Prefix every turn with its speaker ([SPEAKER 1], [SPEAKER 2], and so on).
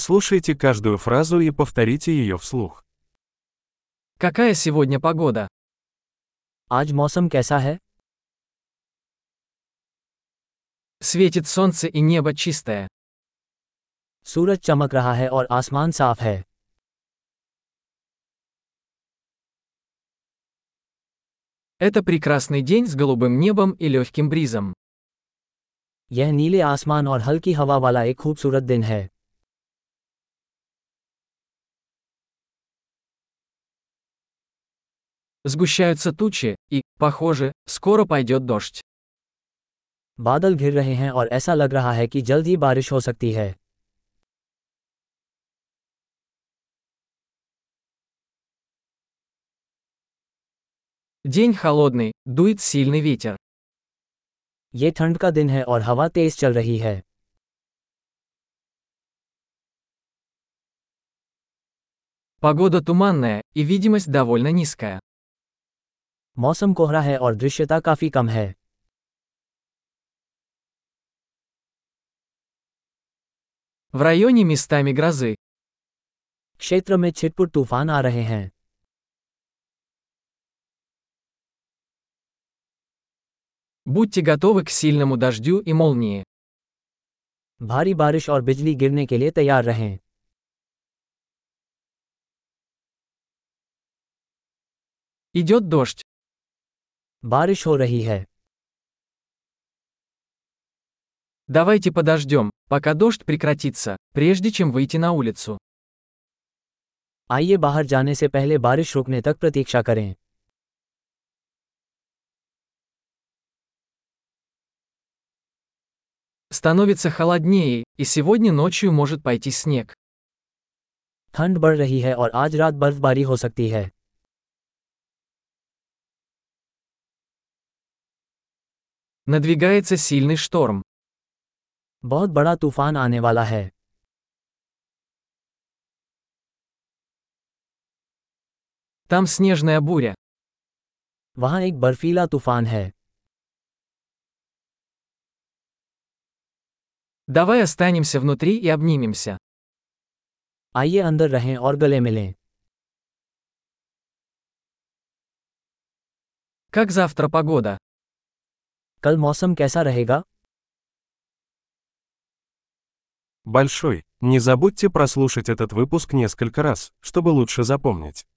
[SPEAKER 1] Прослушайте каждую фразу и повторите ее вслух.
[SPEAKER 2] какая сегодня погода
[SPEAKER 3] आज मौसम कैसा है
[SPEAKER 2] светит солнце и небо чистое
[SPEAKER 3] सूरज चमक रहा है और आसमान साफ है
[SPEAKER 2] это прекрасный день с голубым небом и легким бризом
[SPEAKER 3] यह नीले आसमान और हल्की हवा वाला एक खूबसूरत दिन है
[SPEAKER 2] сгущаются тучи и похоже скоро пойдет дождь
[SPEAKER 3] बादल घिर रहे हैं और ऐसा लग रहा है कि जल्द ही बारिश हो सकती है
[SPEAKER 2] день холодный дует сильный ветер
[SPEAKER 3] ये ठंड का दिन है और हवा तेज चल रही है
[SPEAKER 2] погода туманная и видимость довольно низкая
[SPEAKER 3] मौसम कोहरा है और दृश्यता काफी कम है
[SPEAKER 2] в районе местами грозы
[SPEAKER 3] क्षेत्र में छिटपुट तूफान आ रहे हैं
[SPEAKER 2] будьте готовы к сильному дождю и молнии
[SPEAKER 3] भारी बारिश और बिजली गिरने के लिए तैयार रहें
[SPEAKER 2] идет дождь
[SPEAKER 3] बारिश हो रही है
[SPEAKER 2] давайте подождем пока дождь прекратится прежде чем выйти на улицу
[SPEAKER 3] आइए बाहर जाने से पहले बारिश रुकने तक प्रतीक्षा करें
[SPEAKER 2] становится холоднее и сегодня ночью может пойти снег
[SPEAKER 3] ठंड बढ़ रही है और आज रात बर्फबारी हो सकती है
[SPEAKER 2] Надвигается сильный шторм.
[SPEAKER 3] बहुत बड़ा तूफान आने वाला है
[SPEAKER 2] Там снежная буря.
[SPEAKER 3] वहाँ एक बर्फीला तूफान है
[SPEAKER 2] Давай останемся внутри и обнимемся.
[SPEAKER 3] आइए अंदर रहें और गले मिलें
[SPEAKER 2] Как завтра погода?
[SPEAKER 3] कल मौसम कैसा रहेगा
[SPEAKER 1] Большой. Не забудьте прослушать этот выпуск несколько раз, чтобы лучше запомнить.